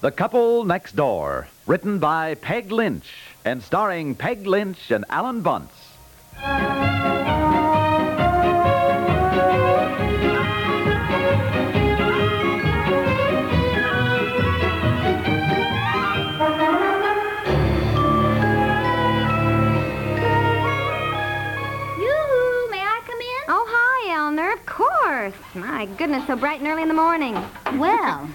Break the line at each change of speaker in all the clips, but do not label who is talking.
The Couple Next Door, written by Peg Lynch and starring Peg Lynch and Alan Bunce.
Yoo-hoo, may I come in?
Oh, hi, Elner. Of course. My goodness, so bright and early in the morning.
Well,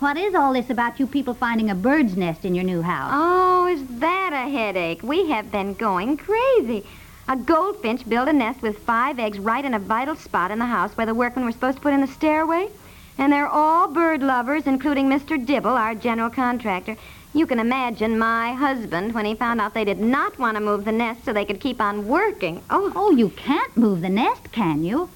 what is all this about you people finding a bird's nest in your new house?
Oh, is that a headache? We have been going crazy. A goldfinch built a nest with five eggs right in a vital spot in the house where the workmen were supposed to put in the stairway. And they're all bird lovers, including Mr. Dibble, our general contractor. You can imagine my husband when he found out they did not want to move the nest so they could keep on working. Oh,
Oh, you can't move the nest, can you?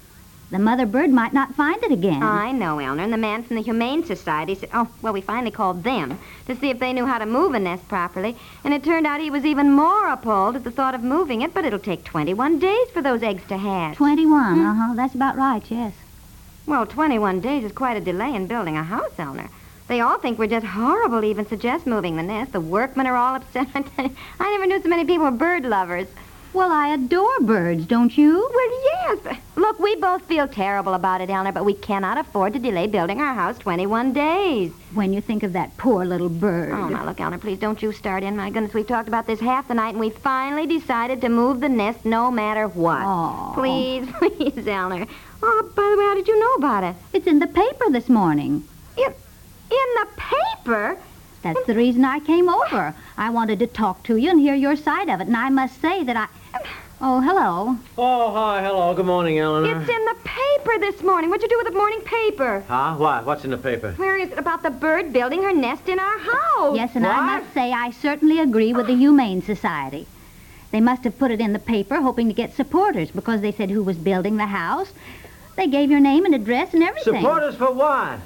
The mother bird might not find it again.
I know, Elner, and the man from the Humane Society said, oh, well, we finally called them to see if they knew how to move a nest properly, and it turned out he was even more appalled at the thought of moving it, but it'll take 21 days for those eggs to hatch.
21,
Hmm.
uh-huh, that's about right, yes.
Well, 21 days is quite a delay in building a house, Elner. They all think we're just horrible to even suggest moving the nest. The workmen are all upset. I tell you, I never knew so many people were bird lovers.
Well, I adore birds, don't you?
Well, yes. but- Look, we both feel terrible about it, Elner, but we cannot afford to delay building our house 21 days.
When you think of that poor little bird.
Oh, now look, Eleanor, please don't you start in. My goodness, we've talked about this half the night, and we finally decided to move the nest no matter what.
Oh.
Aw.
Please, please, Eleanor. Oh, by the way, how did you know about it?
It's in the paper this morning.
In the paper?
That's the reason I came over. I wanted to talk to you and hear your side of it, and I must say that I... Oh, hello.
Oh, hi, hello. Good morning, Eleanor.
It's in the paper this morning. What'd you do with the morning paper?
Huh? Why? What's in the paper?
Where is it about the bird building her nest in our
Oh,
house?
Yes, and
What?
I must say I certainly agree with the Humane Society. They must have put it in the paper hoping to get supporters because they said who was building the house. They gave your name and address and everything.
Supporters for what?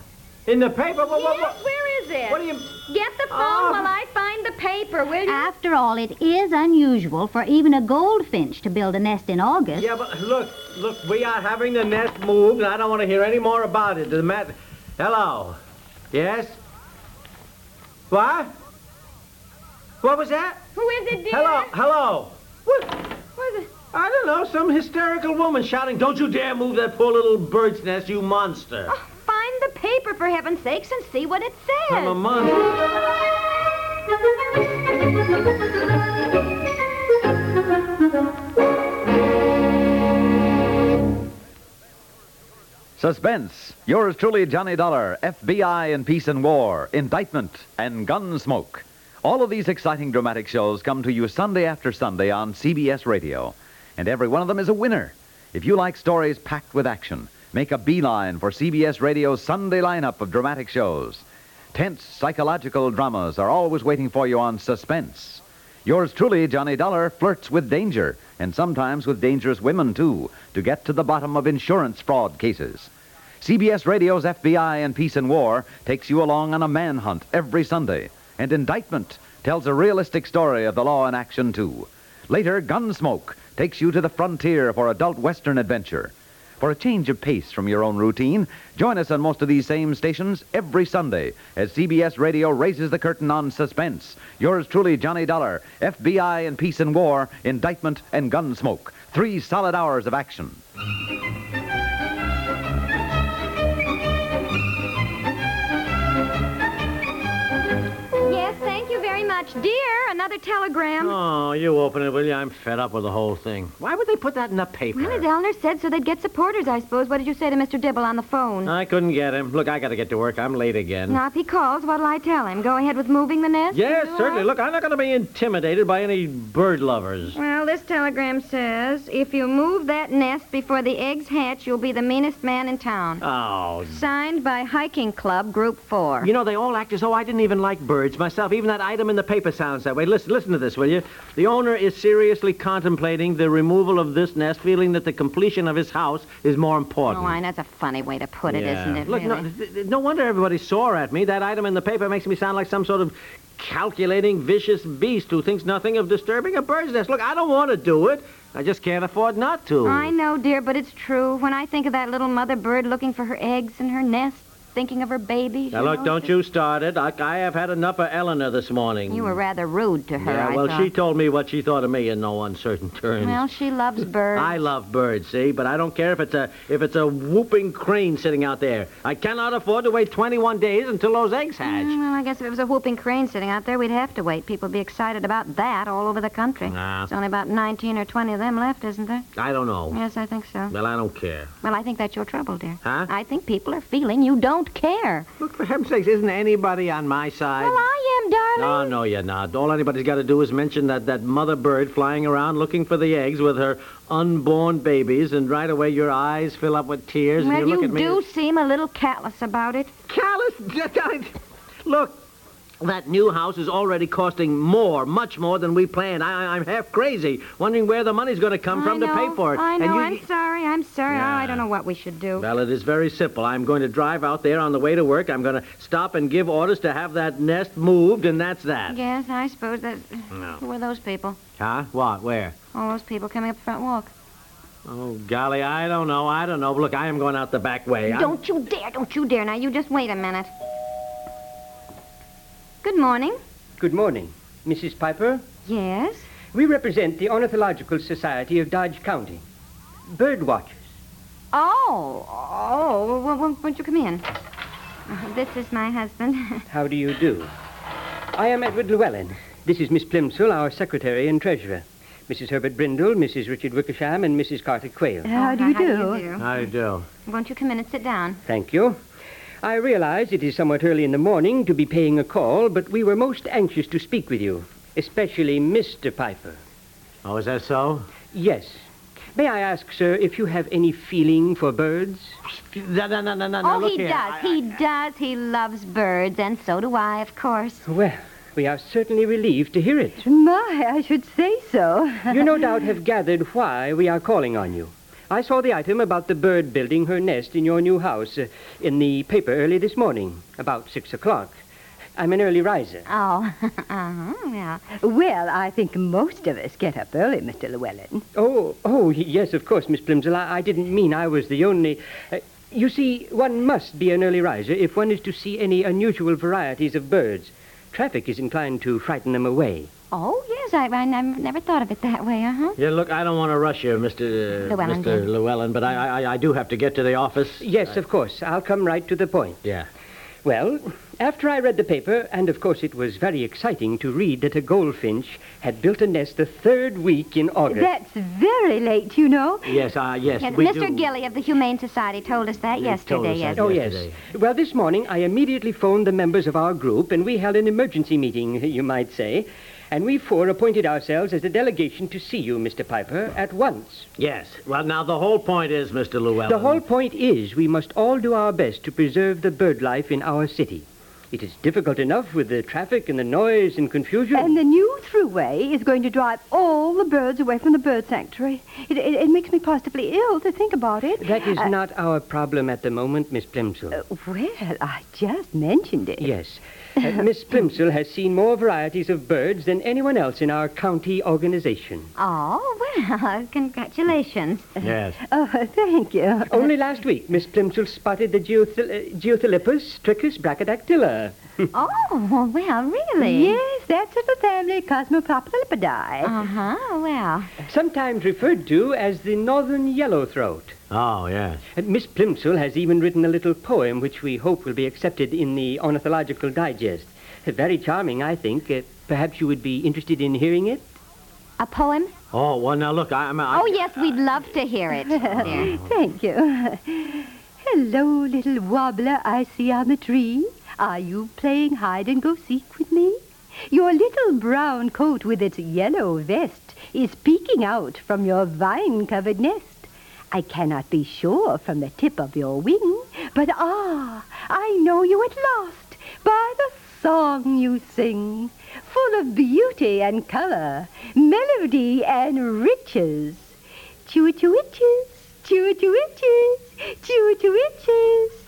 In the paper? What, what,
Yes,
what,
where is it?
what do you... Ah.
Get the phone
Oh.
while I find the paper, will you?
After all, it is unusual for even a goldfinch to build a nest in August.
Yeah, but look, look, we are having the nest moved, and I don't want to hear any more about it. The matter... Hello? Yes? What? What was that?
Who is it, dear?
Hello? Hello? What?
Who is it?
I don't know, some hysterical woman shouting, don't you dare move that poor little bird's nest, you monster.
Oh, find the paper, for heaven's sakes, and see what it says.
I'm a monster.
Suspense. Yours truly, Johnny Dollar, FBI in Peace and War, Indictment, and Gunsmoke. All of these exciting dramatic shows come to you Sunday after Sunday on CBS Radio, and every one of them is a winner. If you like stories packed with action, make a beeline for CBS Radio's Sunday lineup of dramatic shows. Tense psychological dramas are always waiting for you on Suspense. Yours truly, Johnny Dollar, flirts with danger, and sometimes with dangerous women, too, to get to the bottom of insurance fraud cases. CBS Radio's FBI and Peace and War takes you along on a manhunt every Sunday, and Indictment tells a realistic story of the law in action, too. Later, Gunsmoke takes you to the frontier for adult Western adventure. For a change of pace from your own routine, join us on most of these same stations every Sunday as CBS Radio raises the curtain on suspense. Yours truly, Johnny Dollar, FBI in Peace and War, Indictment and Gunsmoke. Three solid hours of action.
Yes, thank you very much. Dear, another telegram.
Oh, you open it, will you? I'm fed up with the whole thing. Why would they put that in the paper?
Well, as Eleanor said, so they'd get supporters, I suppose. What did you say to Mr. Dibble on the phone?
I couldn't get him. Look, I gotta get to work. I'm late again.
now, if he calls, what'll I tell him? Go ahead with moving the nest?
yes,
Do I?
certainly. Look, I'm not gonna be intimidated by any bird lovers.
Well, this telegram says, if you move that nest before the eggs hatch, you'll be the meanest man in town.
Oh,
Signed by Hiking Club Group 4.
you know, they all act as though I didn't even like birds myself. Even that item in the paper sounds that way. Listen, listen to this, will you? The owner is seriously contemplating the removal of this nest, feeling that the completion of his house is more important.
Oh, I know. That's a funny way to put it,
Yeah.
not it?
Look,
really?
no, th- th- no wonder everybody's sore at me. That item in the paper makes me sound like some sort of calculating, vicious beast who thinks nothing of disturbing a bird's nest. Look, I don't want to do it. I just can't afford not to.
I know, dear, but it's true. When I think of that little mother bird looking for her eggs in her nest, thinking of her babies.
Now,
you
look,
know?
don't you start it. I, I have had enough of Eleanor this morning.
You were rather rude to her.
Yeah,
I
well,
thought.
she told me what she thought of me in no uncertain terms.
Well, she loves birds.
I love birds, see, but I don't care if it's a if it's a whooping crane sitting out there. I cannot afford to wait 21 days until those eggs hatch.
Mm, Well, I guess if it was a whooping crane sitting out there, we'd have to wait. People would be excited about that all over the country.
Nah.
There's only about 19 or 20 of them left, isn't there?
I don't know.
Yes, I think so.
Well, I don't care.
Well, I think that's your trouble, dear.
Huh?
I think people are feeling you don't care.
Look, for heaven's sakes, isn't anybody on my side?
Well, I am, darling.
No, no, you're not. All anybody's got to do is mention that, that mother bird flying around looking for the eggs with her unborn babies, and right away your eyes fill up with tears.
well,
and you
you,
look at me.
do seem a little callous about it.
callous. Just, I, look, that new house is already costing more, much more than we planned. I, I'm half crazy, wondering where the money's going to come from
I know,
to pay for it.
I
And
know.
you-
I'm sorry. I'm sorry. Oh, I
Yeah.
don't know what we should do.
Well, it is very simple. I'm going to drive out there on the way to work. I'm going to stop and give orders to have that nest moved, and that's that.
Yes, I suppose that.
No.
Who are those people?
Huh? What? Where?
All those people coming up the front walk.
Oh, golly, I don't know. I don't know. Look, I am going out the back way. I'm-
Don't you dare, don't you dare. Now, you just wait a minute. Good morning.
Good morning, Mrs. Piper.
Yes?
We represent the Ornithological Society of Dodge County. Bird watchers.
Oh, oh, well, well, won't you come in? Uh, This is my husband. Oh,
How do you do? I am Edward Llewellyn. This is Miss Plimsoll, our secretary and treasurer. Mrs. Herbert Brindle, Mrs. Richard Wickersham, and Mrs. Carter Quayle.
How do you
do?
do?
How do you do?
Won't you come in and sit down?
Thank you. I realize it is somewhat early in the morning to be paying a call, but we were most anxious to speak with you, especially Mr. Piper.
Oh, is that so?
Yes. May I ask, sir, if you have any feeling for birds?
No, no, no, no, no. no,
oh,
look
he
here.
does.
I-
he does. He loves birds, and so do I, of course.
Well, we are certainly relieved to hear it.
My, I should say so.
You no doubt have gathered why we are calling on you. I saw the item about the bird building her nest in your new house uh, in the paper early this morning, about six o'clock. I'm an early riser.
Oh, uh-huh, yeah.
Well, I think most of us get up early, Mr. Llewellyn.
Oh, oh, y- yes, of course, Miss Plimsoll. I, I didn't mean I was the only. Uh, you see, one must be an early riser if one is to see any unusual varieties of birds. Traffic is inclined to frighten them away.
Oh, yes, I, I nev- never thought of it that way, uh-huh.
Yeah, look, I don't want to rush you, Mr. uh,
Llewellyn,
Mr.
yeah.
Llewellyn, but I, I, I do have to get to the office.
Yes, of course. I'll come right to the point.
Yeah.
Well, after I read the paper, and of course it was very exciting to read that a goldfinch had built a nest the third week in August.
That's very late, you know.
Yes, uh, yes,
Yes,
we
Mr.
do.
Gilly of the Humane Society told us that
He told
yesterday,
us
yes.
that.
Oh,
yesterday.
yes. Well, this morning I immediately phoned the members of our group, and we held an emergency meeting, you might say. And we four appointed ourselves as a delegation to see you, Mr. Piper, at once.
Yes. Well, now, the whole point is, Mr. Llewellyn.
The whole point is we must all do our best to preserve the bird life in our city. It is difficult enough with the traffic and the noise and confusion.
And the new throughway is going to drive all the birds away from the bird sanctuary. It, it, it makes me positively ill to think about it.
That is
Uh, Oh.
not our problem at the moment, Miss Plimsoll.
Well, I just mentioned it.
yes. Uh, Miss Plimsoll has seen more varieties of birds than anyone else in our county organization.
Oh, well, congratulations.
Yes.
Oh, thank you.
Only last week, Miss Plimsoll spotted the geothil- uh, Geothilippus trichus brachydactyla.
Oh, well, really?
Yes, that's of the family Cosmopropilipidae.
Uh-huh, well.
Sometimes referred to as the northern yellowthroat.
Oh, yes.
Uh, Miss Plimsoll has even written a little poem which we hope will be accepted in the Ornithological Digest. Uh, Very charming, I think. Uh, perhaps you would be interested in hearing it?
A poem?
Oh, well, now, look, I, I'm... I,
Oh, yes, we'd love to hear it. dear.
Thank you. Hello, little wobbler I see on the tree. Are you playing hide and go seek with me? Your little brown coat with its yellow vest is peeking out from your vine covered nest. I cannot be sure from the tip of your wing, but ah, I know you at last by the song you sing, full of beauty and color, melody and riches. Chew to witches, chew to witches, chew to witches.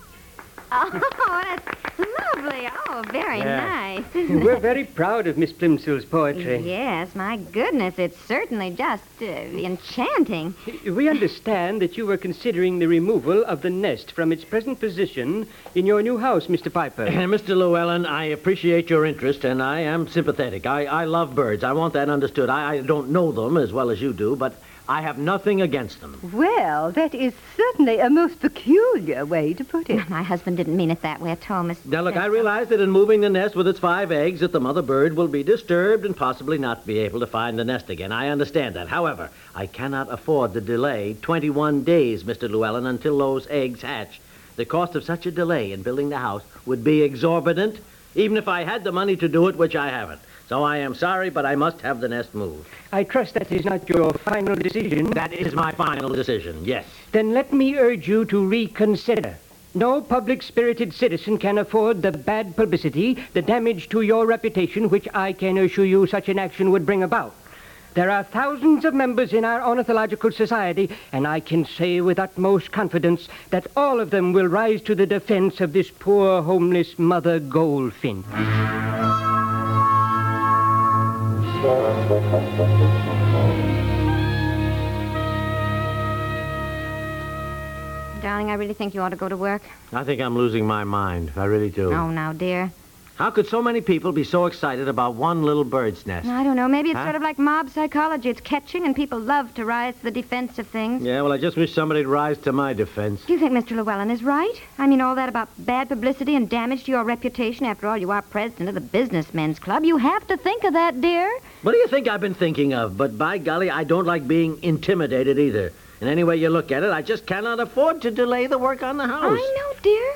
Oh, that's lovely. really? Oh, very
Yeah.
nice.
We're very proud of Miss Plimsoll's poetry.
Yes, my goodness, it's certainly just uh, enchanting.
We understand that you were considering the removal of the nest from its present position in your new house, Mr. Piper.
Mr. Llewellyn, I appreciate your interest, and I am sympathetic. I, I love birds. I want that understood. I, I don't know them as well as you do, but I have nothing against them.
Well, that is certainly a most peculiar way to put it.
My husband didn't mean it that way at all, Miss.
Now, look, I realize that in moving the nest with its five eggs, that the mother bird will be disturbed and possibly not be able to find the nest again. I understand that. However, I cannot afford the delay 21 days, Mr. Llewellyn, until those eggs hatch. The cost of such a delay in building the house would be exorbitant, even if I had the money to do it, which I haven't. So I am sorry, but I must have the nest moved.
I trust that is not your final decision.
That is my final decision, yes.
Then let me urge you to reconsider. No public-spirited citizen can afford the bad publicity, the damage to your reputation, which I can assure you such an action would bring about. There are thousands of members in our Ornithological Society, and I can say with utmost confidence that all of them will rise to the defense of this poor homeless mother goldfinch.
Darling, I really think you ought to go to work.
I think I'm losing my mind. I really do.
Oh, now, dear.
How could so many people be so excited about one little bird's nest?
I don't know. Maybe it's
Huh?
sort of like mob psychology. It's catching, and people love to rise to the defense of things.
Yeah, well, I just wish somebody'd rise to my defense.
Do you think Mr. Llewellyn is right? I mean, all that about bad publicity and damage to your reputation. After all, you are president of the Businessmen's Club. You have to think of that, dear.
What do you think I've been thinking of? But by golly, I don't like being intimidated either. And any way you look at it, I just cannot afford to delay the work on the
I
house.
know, dear.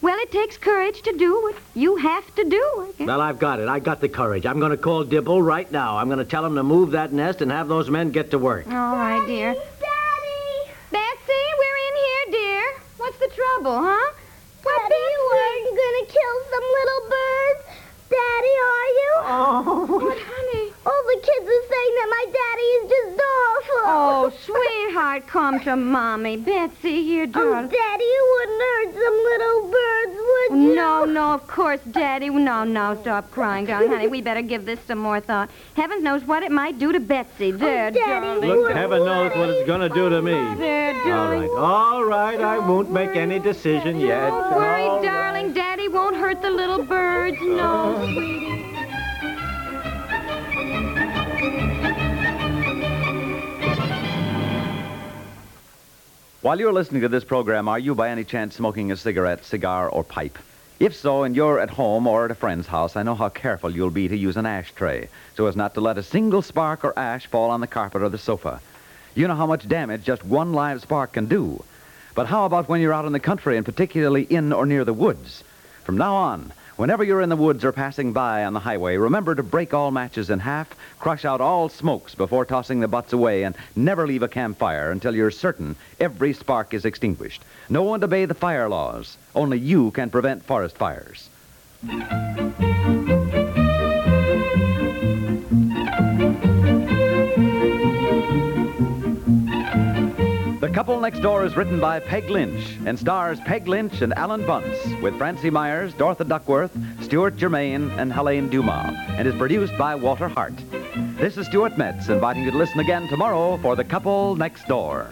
Well, it takes courage to do what you have to do. I guess.
Well, I've got it. I got the courage. I'm going to call Dibble right now. I'm going to tell him to move that nest and have those men get to work.
All right, dear. Daddy! Betsy, we're in here, dear. What's the trouble, huh? Daddy, you aren't going to kill some little birds. Daddy, are you? Oh. What, honey?
All the kids are saying that my daddy is just awful.
Oh, sweetheart, come to Mommy. Betsy, here,
Oh,
darling.
Daddy, you wouldn't hurt some little birds, would you?
No, no, of course, Daddy. No, no, stop crying, darling. Honey, we better give this some more thought. Heaven knows what it might do to Betsy. There,
Oh, Daddy,
darling.
Look, heaven knows what it's
going to do to me.
There, darling.
all right. I won't make any decision yet.
Don't worry, darling. Daddy won't hurt the little birds. No, sweetie.
While you're listening to this program, are you by any chance smoking a cigarette, cigar, or pipe? If so, and you're at home or at a friend's house, I know how careful you'll be to use an ashtray so as not to let a single spark or ash fall on the carpet or the sofa. You know how much damage just one live spark can do. But how about when you're out in the country and particularly in or near the woods? From now on, whenever you're in the woods or passing by on the highway, remember to break all matches in half, crush out all smokes before tossing the butts away, and never leave a campfire until you're certain every spark is extinguished. No one to obey the fire laws. Only you can prevent forest fires. The Couple Next Door is written by Peg Lynch and stars Peg Lynch and Alan Bunce with Francie Myers, Dorothy Duckworth, Stuart Germain, and Helene Dumas and is produced by Walter Hart. This is Stuart Metz inviting you to listen again tomorrow for The Couple Next Door.